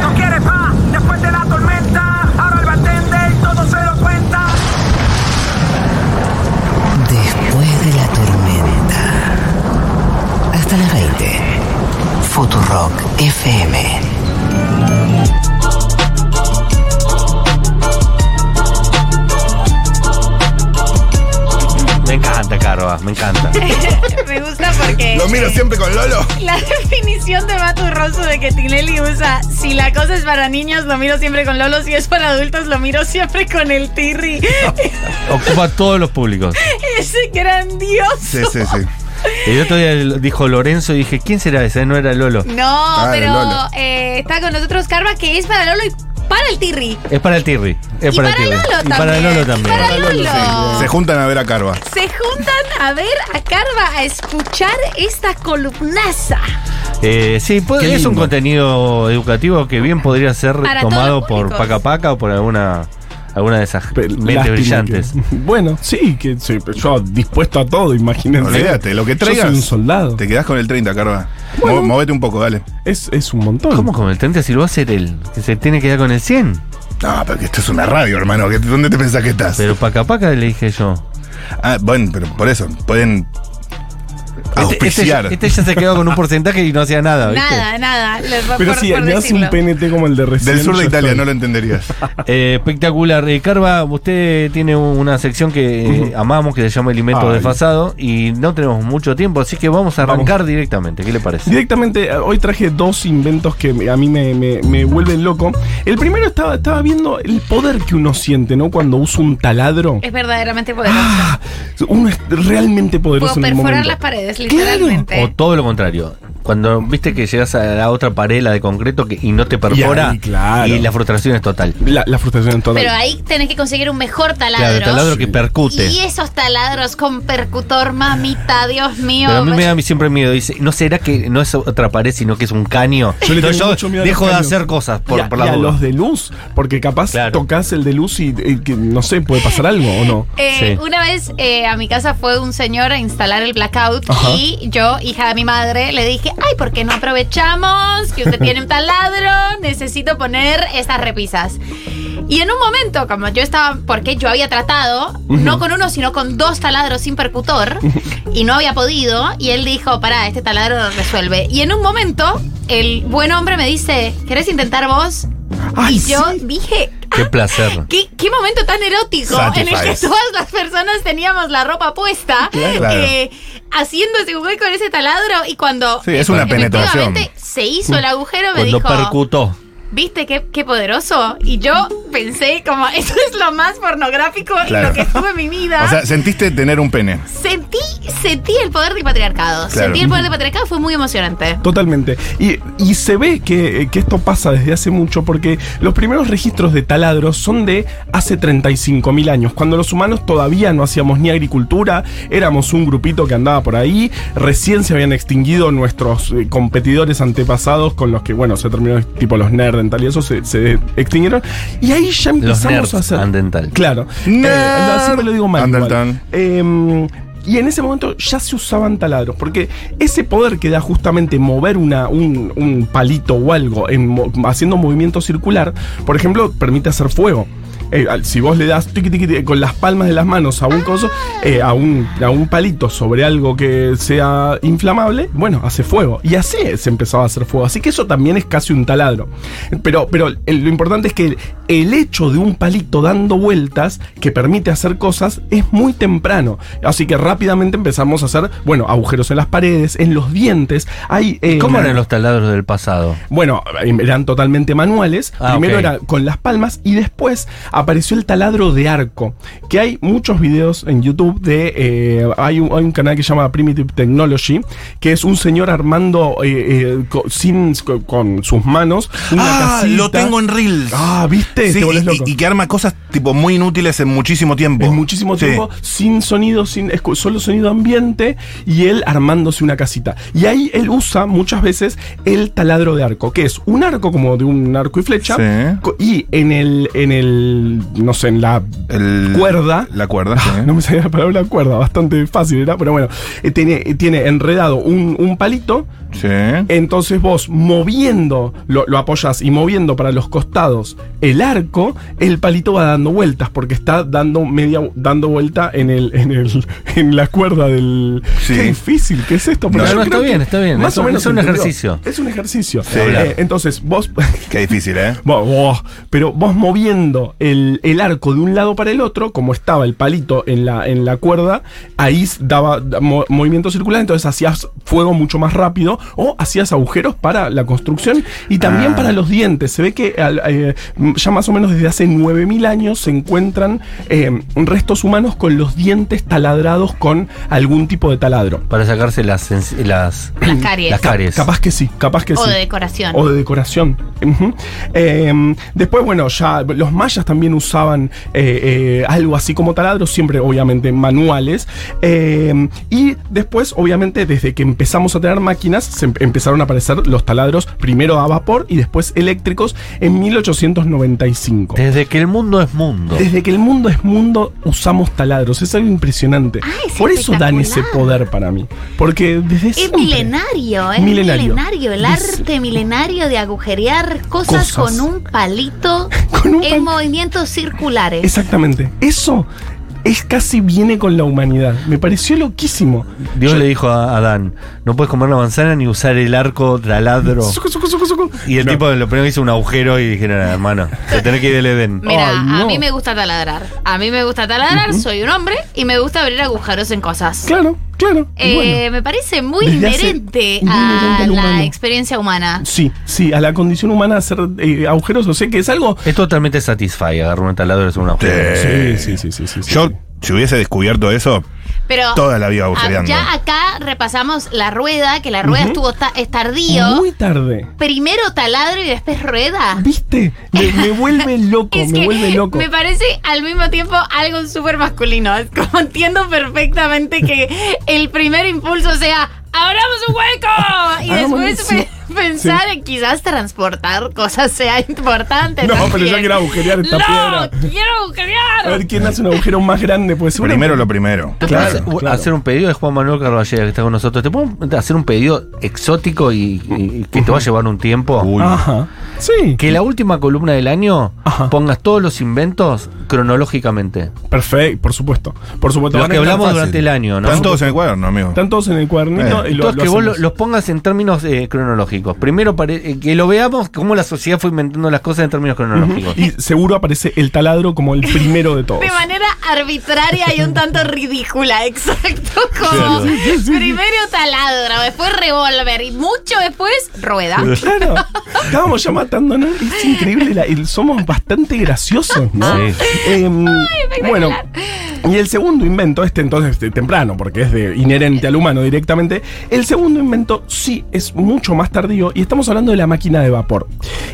¿No quieres paz? Después de la tormenta, ahora el bartender todo se lo cuenta. Después de la tormenta. Hasta las 20. Futurock FM. Me encanta, Carva, me encanta. Me gusta porque. Lo miro eh, siempre con Lolo. La definición de Maturroso de que Tinelli usa: si la cosa es para niños, lo miro siempre con Lolo, si es para adultos, lo miro siempre con el Tirri. Ocupa a todos los públicos. es grandioso. Sí, sí, sí. El otro día dijo Lorenzo y dije, ¿quién será ese? No era Lolo. No, Claro, Lolo. pero eh, está con nosotros Carva, que es para Lolo y para el Tirri. Es para el Tirri. Es Y para, el para Tirri. Lolo y para también. Lolo también. Para Lolo. Se juntan a ver a Carva. Se juntan a ver a Carva a escuchar esta columnaza. Eh, sí, puede- Qué es un lindo. contenido educativo que bien podría ser Para tomado todos los por públicos. Paca Paca o por alguna, alguna de esas Pe- lástima mentes que- brillantes. bueno, sí, que sí, pero yo dispuesto a todo, imagínate. Olvídate, lo que Yo traigas. soy un soldado. Te quedás con el 30, Carva. Mo- Movete un poco, dale. Es, es un montón. ¿Cómo con el 30 si lo va a hacer él? Que se tiene que dar con el 100. No, pero que esto es una radio, hermano. ¿Qué- ¿Dónde te pensás que estás? Pero Paca Paca le dije yo. Ah, bueno, pero por eso. Pueden Este, este ya- auspiciar. este ya se quedó con un porcentaje y no hacía nada. ¿viste? Nada, nada. les- Pero por- si por le hace un decirlo. PNT como el de recién. Del sur de yo Italia, estoy. no lo entenderías. Eh, espectacular. Eh, Carva, usted tiene una sección que eh, amamos que se llama Alimentos Ay. Desfasados y no tenemos mucho tiempo, así que vamos a arrancar directamente. ¿Qué le parece? Directamente, eh, hoy traje dos inventos que me- a mí me, me- me vuelven loco. El primero estaba, estaba viendo el poder que uno siente, ¿no? Cuando usa un taladro. Ah, Es verdaderamente poderoso. Uno es realmente poderoso Puedo en el perforar momento. las paredes, literalmente. O todo lo contrario. Cuando viste que llegas a la otra parela de concreto que- y no te perfora, Y ahí, claro. y la frustración es total. La, la frustración en todo. Pero ahí tenés que conseguir un mejor Claro, taladro. el taladro que percute. Y esos taladros con percutor, mamita, Dios mío. Pero a mí me da siempre miedo. Dice, ¿no será que no es otra pared, sino que es un caño? Yo le Entonces tengo mucho miedo a los dejo de caños. hacer cosas por, y a, por la y a duda. los de luz, porque capaz Claro. tocas el de luz y, eh, que, no sé, puede pasar algo o no. Eh, Sí. Una vez eh, a mi casa fue un señor a instalar el blackout Ajá. y yo, hija de mi madre, le dije, ay, ¿por qué no aprovechamos que usted tiene un taladro? Necesito poner estas repisas. Y en un momento, como yo estaba, porque yo había tratado, no con uno, sino con dos taladros sin percutor, y no había podido, y él dijo, pará, este taladro lo resuelve. Y en un momento, el buen hombre me dice, ¿querés intentar vos? Ay, y yo sí. dije, Qué placer. ¿Qué, qué momento tan erótico en el que Satisfies. todas las personas teníamos la ropa puesta, Claro. eh, haciendo ese agujero con ese taladro y cuando Sí, es una efectivamente penetración. se hizo el agujero me Cuando dijo, percutó. ¿viste qué, qué poderoso? Y yo pensé como, eso es lo más pornográfico en Claro. lo que estuve en mi vida. O sea, sentiste tener un pene. sentí, sentí el poder del patriarcado. Claro. Sentí el poder del patriarcado, fue muy emocionante. Totalmente. Y, y se ve que, eh, que esto pasa desde hace mucho porque los primeros registros de taladros son de hace 35.000 años, cuando los humanos todavía no hacíamos ni agricultura, éramos un grupito que andaba por ahí, recién se habían extinguido nuestros eh, competidores antepasados con los que, bueno, se terminó tipo los nerds y tal y eso se, se extinguieron. Y ahí ya empezamos nerds a hacer... and dental. Claro. Nerd. no, siempre Eh, lo digo mal. And igual. dental. Eh, y en ese momento ya se usaban taladros, porque ese poder que da justamente mover una, un, un palito o algo en mo- haciendo movimiento circular, por ejemplo, permite hacer fuego. Eh, al- si vos le das tiqui, tiqui, tiqui, con las palmas de las manos a un coso, eh, a, un, a un palito sobre algo que sea inflamable, bueno, hace fuego. Y así se empezaba a hacer fuego. Así que eso también es casi un taladro. Pero, pero el- lo importante es que el, el hecho de un palito dando vueltas que permite hacer cosas es muy temprano. Así que rápidamente empezamos a hacer, bueno, agujeros en las paredes, en los dientes. Hay, eh, ¿Cómo la- eran los taladros del pasado? bueno, eh, eran totalmente manuales. Ah, Primero ok. era con las palmas y después apareció el taladro de arco. Que hay muchos videos en YouTube de. eh, hay, un, hay un canal que se llama Primitive Technology, que es un señor armando eh, eh, co- sin, co- con sus manos una casita. Ah, en Reels. Ah, ¿viste? Sí, Te volvés y- loco. y, y que arma cosas tipo muy inútiles en muchísimo tiempo. En muchísimo Sí. tiempo, sin sonido, sin escu- solo sonido ambiente, y él armándose una casita. Y ahí él usa muchas veces el taladro de arco, que es un arco como de un arco y flecha, Sí. co- y en el, en el el, no sé, en la El- ¿eh? cuerda. Ah, La cuerda, sí. No me salía la palabra cuerda, bastante fácil era, pero bueno. Eh, tiene, eh, tiene enredado un, un palito, Sí. entonces vos moviendo, lo, lo apoyas y moviendo para los costados el arco, el palito va dando vueltas, porque está dando media dando vuelta en el, en el, en la cuerda del. Sí. Qué difícil, ¿qué es esto? Pero No, yo no, creo está que bien, está bien. Más Es o un- menos es un se entendió. ejercicio. Es un ejercicio. Sí. Eh, entonces, vos Qué difícil, ¿eh? Vos- vos, pero vos moviendo el, el arco de un lado para el otro, como estaba el palito en la, en la cuerda, ahí daba da- mo- movimiento circular, entonces hacías fuego mucho más rápido o hacías agujeros para la construcción y también Ah. para los dientes. Se ve que al- eh, ya más o menos desde hace 9.000 años se encuentran eh, restos humanos con los dientes taladrados con algún tipo de taladro. Para sacarse las, ens- las, Las caries. las caries. Capaz que sí, capaz que o sí. de decoración. O de decoración. Ujú. Eh, después, bueno, ya los mayas también usaban eh, eh, algo así como taladros, siempre obviamente manuales. Eh, y después, obviamente, desde que empezamos a tener máquinas, se em- empezaron a aparecer los taladros, primero a vapor y después eléctricos en 1895. Desde que el mundo es mundo. Desde que el mundo es mundo, usamos taladros. Es algo impresionante. Ah, es Por eso dan ese espectacular. poder para mí. Porque desde Es siempre- milenario, es Milenario. milenario. El Dice- arte milenario de agujerear cosas, Cosas. con un palito Con un en pal- movimientos circulares. Exactamente. Eso es casi viene con la humanidad. Me pareció loquísimo. Dios le dijo a a Adán, no puedes comer la manzana ni usar el arco taladro. Sucu, sucu, sucu, sucu. Y el No. tipo lo primero que hizo un agujero y dijeron, "Ah, hermano, te tenés que ir del Edén. Mira, Ay, no. a mí me gusta taladrar. A mí me gusta taladrar, soy un hombre y me gusta abrir agujeros en cosas. Claro, claro. Eh, Bueno. Me parece muy Desde hace- inherente muy inherente a al la humano. experiencia humana. Sí, sí, a la condición humana hacer eh, agujeros, o sea que es algo. Es totalmente satisfy agarrar un taladro y hacer un agujero. Sí. sí, sí, sí, sí. Yo, si hubiese descubierto eso, Pero toda la vida ah, agujereando. ya acá repasamos la rueda, que la rueda estuvo ta- es tardío. Muy tarde. Primero taladro y después rueda. ¿Viste? Me, me vuelve loco, Es me que vuelve loco. me parece al mismo tiempo algo súper masculino. Es como entiendo perfectamente que el primer impulso sea abramos un hueco y Hagamos- después Ah, sí, pe- pensar en quizás transportar cosas sea importante. No, pero también. yo quiero agujerear esta no, piedra. quiero agujerear. A ver quién hace un agujero más grande, pues seguro- Primero lo primero. Hace- u- Hacer un pedido de Juan Manuel Carballera que está con nosotros. ¿Te puedo hacer un pedido exótico y, y- y que te va a llevar un tiempo? Uy. Ajá. Sí. Que la última columna del año Ajá. pongas todos los inventos cronológicamente. Perfecto, por supuesto. Por supuesto. Los Van a que estar hablamos fácil. durante el año, ¿no? Están todos en el cuaderno, amigo. Están todos en el cuadernito Eh, y lo, Todos lo que vos lo- hacemos. los pongas en términos eh, cronológicos. Primero, pare- eh, que lo veamos cómo la sociedad fue inventando las cosas en términos cronológicos. Y seguro aparece el taladro como el primero de todos. De manera arbitraria y un tanto ridícula, exacto. Como primero taladro, después revólver y mucho después Ah, rueda. Claro, estábamos ya matándonos. Es increíble, la- el- somos bastante graciosos, ¿no? Sí. Em, bueno, y el segundo invento, este entonces de temprano, porque es de inherente al humano directamente, el segundo invento sí es mucho más tardío y estamos hablando de la máquina de vapor,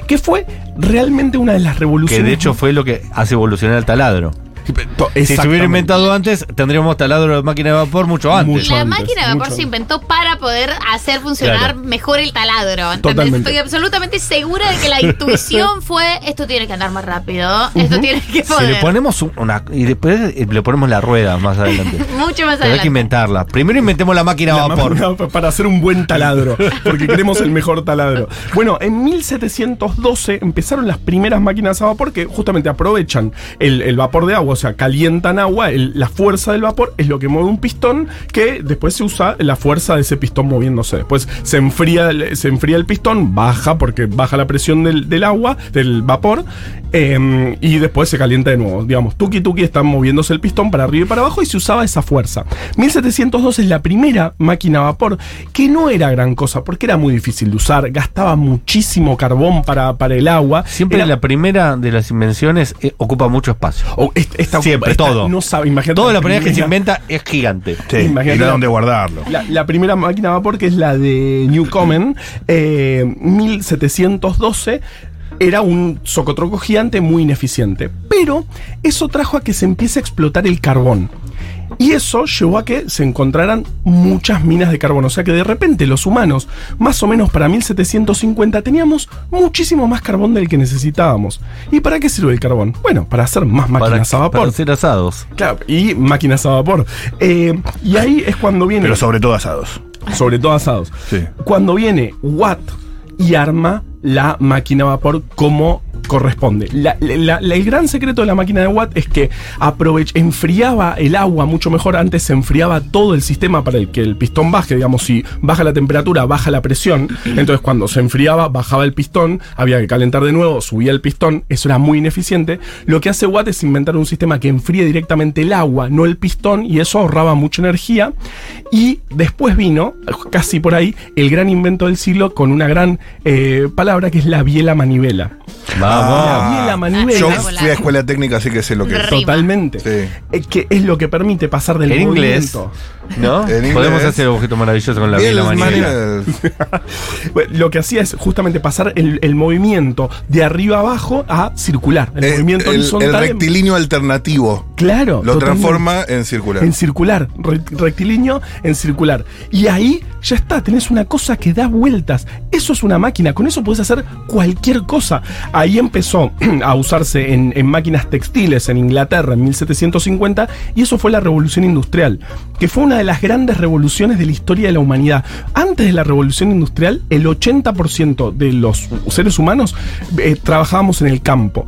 que fue realmente una de las Que revoluciones. de hecho fue lo que hace evolucionar el taladro. To- Si se hubiera exactamente. inventado antes, tendríamos taladro de máquina de vapor mucho antes. Mucho. La antes, máquina de mucho vapor se antes. inventó para poder hacer funcionar Claro. mejor el taladro. ¿entendés? Totalmente. Estoy absolutamente segura de que la intuición fue esto tiene que andar más rápido, esto tiene que Si le poder. ponemos un- una. Y después eh, le ponemos la rueda más adelante. Mucho Pero más hay que adelante. inventarla. Primero inventemos la máquina de La vapor. máquina pa- para hacer un buen taladro, porque queremos el mejor taladro. Bueno, en 1712 empezaron las primeras máquinas a vapor que justamente aprovechan el, el vapor de agua, o sea, calientan agua, el- la fuerza del vapor es lo que mueve un pistón que después se usa la fuerza de ese pistón moviéndose. Después se enfría, el- se enfría el pistón, baja porque baja la presión del, del agua, del vapor, eh, y después se calienta de nuevo. Digamos, tuki tuki están moviéndose el pistón para arriba y para abajo y se usaba esa fuerza. 1702 es la primera máquina a vapor que no era gran cosa porque era muy difícil de usar, gastaba muchísimo carbón para, para el agua. Siempre Era- la primera de las invenciones eh, ocupa mucho espacio. o Oh, est- esta, Siempre, esta todo. No sabe, imagínate. Todo lo primera que se inventa es gigante. Sí, Imagínate y no la- dónde guardarlo. La, la primera máquina a vapor, que es la de Newcomen, eh, 1712, era un socotroco gigante muy ineficiente. Pero eso trajo a que se empiece a explotar el carbón. Y eso llevó a que se encontraran muchas minas de carbono. O sea que de repente los humanos, más o menos para 1750, teníamos muchísimo más carbón del que necesitábamos. ¿Y para qué sirve el carbón? Bueno, para hacer más máquinas a para, vapor. para hacer asados. Claro, y máquinas a vapor. Eh, y ahí es cuando viene Pero sobre todo asados. sobre todo asados. Sí. Cuando viene Watt y arma la máquina a vapor como corresponde. La- la- la- el gran secreto de la máquina de Watt es que aprovech- enfriaba el agua mucho mejor, antes se enfriaba todo el sistema para el que el pistón baje, digamos, si baja la temperatura, baja la presión, entonces cuando se enfriaba, bajaba el pistón, había que calentar de nuevo, subía el pistón, eso era muy ineficiente. Lo que hace Watt es inventar un sistema que enfríe directamente el agua, no el pistón, y eso ahorraba mucha energía. Y después vino, casi por ahí, el gran invento del siglo con una gran eh, palabra que es la biela manivela. Ah, Vamos. la biela manivela. Ah. Yo espectacular. fui a escuela técnica, así que sé lo que es. Rima. Totalmente. Sí. Eh, que es lo que permite pasar del en inglés. movimiento. ¿No? En inglés. Podemos hacer un objeto maravilloso con la Bien, vela las manivela. maneras- Bueno, Lo que hacía es justamente pasar el, el movimiento de arriba abajo a circular. El Eh, movimiento el- el horizontal. en- rectilíneo alternativo. Claro. Lo totalmente. transforma en circular. En circular, re- rectilíneo en circular. Y ahí ya está, tenés una cosa que da vueltas. Eso es una máquina, con eso podés hacer cualquier cosa. Ahí empezó a usarse en, en máquinas textiles en Inglaterra en 1750 y eso fue la revolución industrial, que fue una de las grandes revoluciones de la historia de la humanidad. Antes de la revolución industrial, el 80% de los seres humanos eh, trabajábamos en el campo.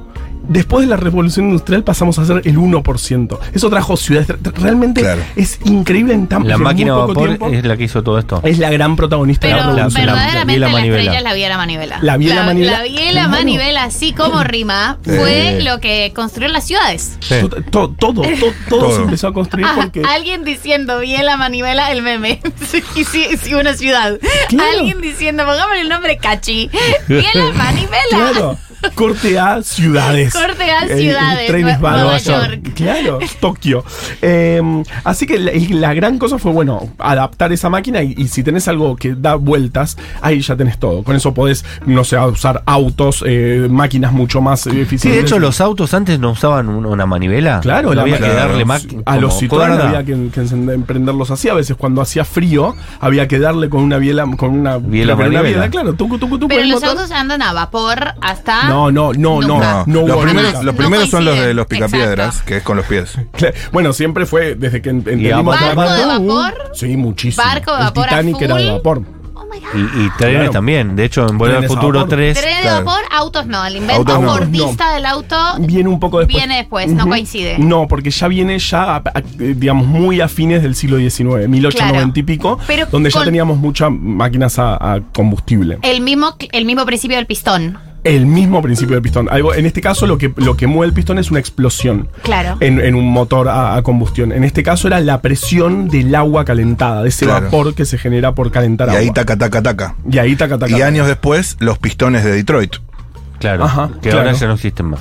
Después de la revolución industrial pasamos a ser el 1%. Eso trajo ciudades. tra- Realmente Claro. Este es increíble en tan La en muy máquina a poco vapor tiempo. es la que hizo todo esto. Es la gran protagonista de la Pero revolución. verdad- verdaderamente la biela la, estrella manivela. es la biela manivela. La biela manivela. La biela Claro. manivela, así como rima, fue lo que construyó las ciudades. Sí. To- to- todo, to- todo, Todo. se empezó a construir Ah, porque. alguien diciendo biela manivela el meme. y sí, sí, una ciudad. Claro. Alguien diciendo, pongámosle el nombre cachi. Biela manivela. Claro. Corte a ciudades. Corte a ciudades, trenes Nue- van. Nueva York. Claro, Tokio. Eh, así que la, la gran cosa fue, bueno, adaptar esa máquina y, y si tenés algo que da vueltas, ahí ya tenés todo. Con eso podés, no sé, usar autos, eh, máquinas mucho más eh, eficientes. Sí, de hecho, los autos antes no usaban un- una manivela. Claro, No Ah, la había ma- que darle la- más. A los Citroën había que, que encender- prenderlos así. A veces cuando hacía frío había que darle con una biela, con una Biela con una manivela. claro, tucu, tucu, tucu, Pero el los motor. autos andan a vapor hasta. No, no, no, no, Nunca. no. No, hubo los primeros, nunca. los primeros son los de los Exacto. picapiedras, que es con los pies. Cla- Bueno, siempre fue desde que en- entendimos vapor. la Barco de marca- vapor. Sí, muchísimo. Barco de El vapor a Titanic era de full. vapor. Oh my God. Y, y trenes Claro. también. De hecho, en Vuelve al Trenes a Futuro vapor. 3. Tren de claro. vapor, autos no. El invento Autos no. fordista del auto Viene un poco después. viene después, no Ujú. coincide. No, porque ya viene ya, a- a- eh, digamos, muy a fines del siglo XIX, 1890 y pico, Pero donde ya con- teníamos muchas máquinas a- a combustible. El mismo, el mismo principio del pistón. El mismo principio del pistón. Algo, en este caso, lo que, lo que mueve el pistón es una explosión. Claro. En, en un motor a, a combustión. En este caso era la presión del agua calentada, de ese Claro. vapor que se genera por calentar Y agua. ahí taca, taca, taca. Y ahí taca, taca. Y años después, los pistones de Detroit. Claro. Ajá, que claro. ahora ya no existen más.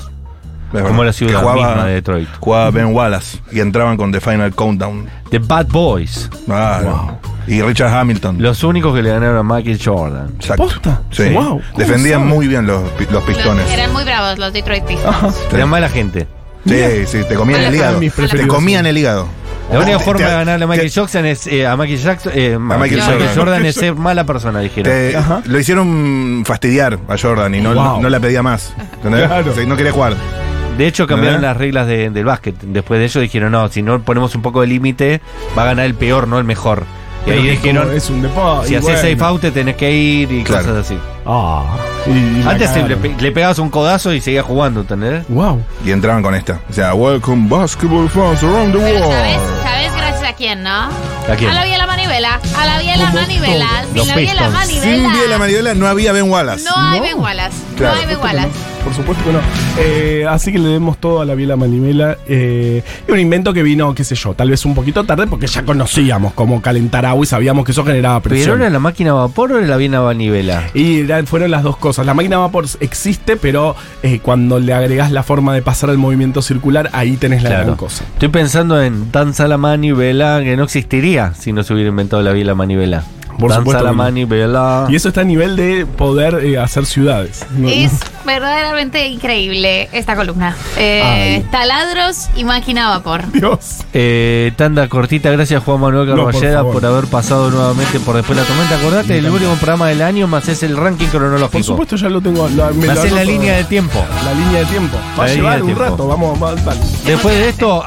Como Es verdad, la que ciudad misma de Detroit. Jugaba Ben Wallace y entraban con The Final Countdown. The Bad Boys. Claro. Y Richard Hamilton. Los únicos que le ganaron a Michael Jordan. Exacto. ¿Posta? Sí. Wow, ¿cómo Defendían sabe? muy bien los, pi- los pistones. Los- eran muy bravos los Detroit Pistons. Ajá. Sí. Eran mala gente. Sí, sí, te comían Hola, el hígado. mis Te preferidos. comían el hígado. Oh, La única Te- forma te- de ganarle a Michael te- Jackson es eh, a Michael Jackson, eh, Michael, Michael Jordan. Jordan es ser mala persona, dijeron. te- Ajá. lo hicieron fastidiar a Jordan y no, Wow. no la pedía más. ¿entendés? Claro. Sí, no quería jugar. De hecho, cambiaron ¿Eh? las reglas de- del básquet. Después de ello dijeron, no, si no ponemos un poco de límite, va a ganar el peor, no el mejor. Y Pero ahí que dijeron, como Es un deporte. si y haces safe bueno. out, te tenés que ir y Claro. cosas así. Ah. Y- y la Antes se le, cagaron. pe- le pegabas un codazo y seguías jugando, ¿entendés? Wow. Y entraban con esta. O sea, welcome basketball fans around the Pero world. ¿sabes, sabes gracias a quién, ¿no? ¿A quién? la biela manivela. A la biela manivela. Sin Los la biela Pistons. Sin bien la manivela. manivela no había Ben Wallace. No hay No. Ben Wallace. Claro. No hay Ben Wallace. Por supuesto que no. Eh, así que le demos todo a la biela manivela. eh, y un invento que vino, qué sé yo, tal vez un poquito tarde porque ya conocíamos cómo calentar agua y sabíamos que eso generaba ¿Pero presión. era la máquina a vapor o era la viena vanivela? Y era- fueron las dos cosas. La máquina a vapor existe, pero eh, cuando le agregás la forma de pasar el movimiento circular, ahí tenés la gran cosa. Estoy pensando en danza la manivela, que no existiría si no se hubiera inventado la viela manivela. por Danza supuesto. la que no. manivela. Y eso está a nivel de poder eh, hacer ciudades. No- Es verdaderamente increíble esta columna. Eh, taladros y máquina a vapor. Dios. Eh, tanda cortita, gracias Juan Manuel No, por Carballeda favor. por, haber pasado nuevamente por Después de la Tormenta. Acordate, el último programa del año más es el ranking cronológico. Por supuesto, ya lo tengo. la- me Más lo es la anoto. línea de tiempo. La línea de tiempo. La Va a línea llevar de un tiempo. rato, vamos, vamos, dale. Después de esto,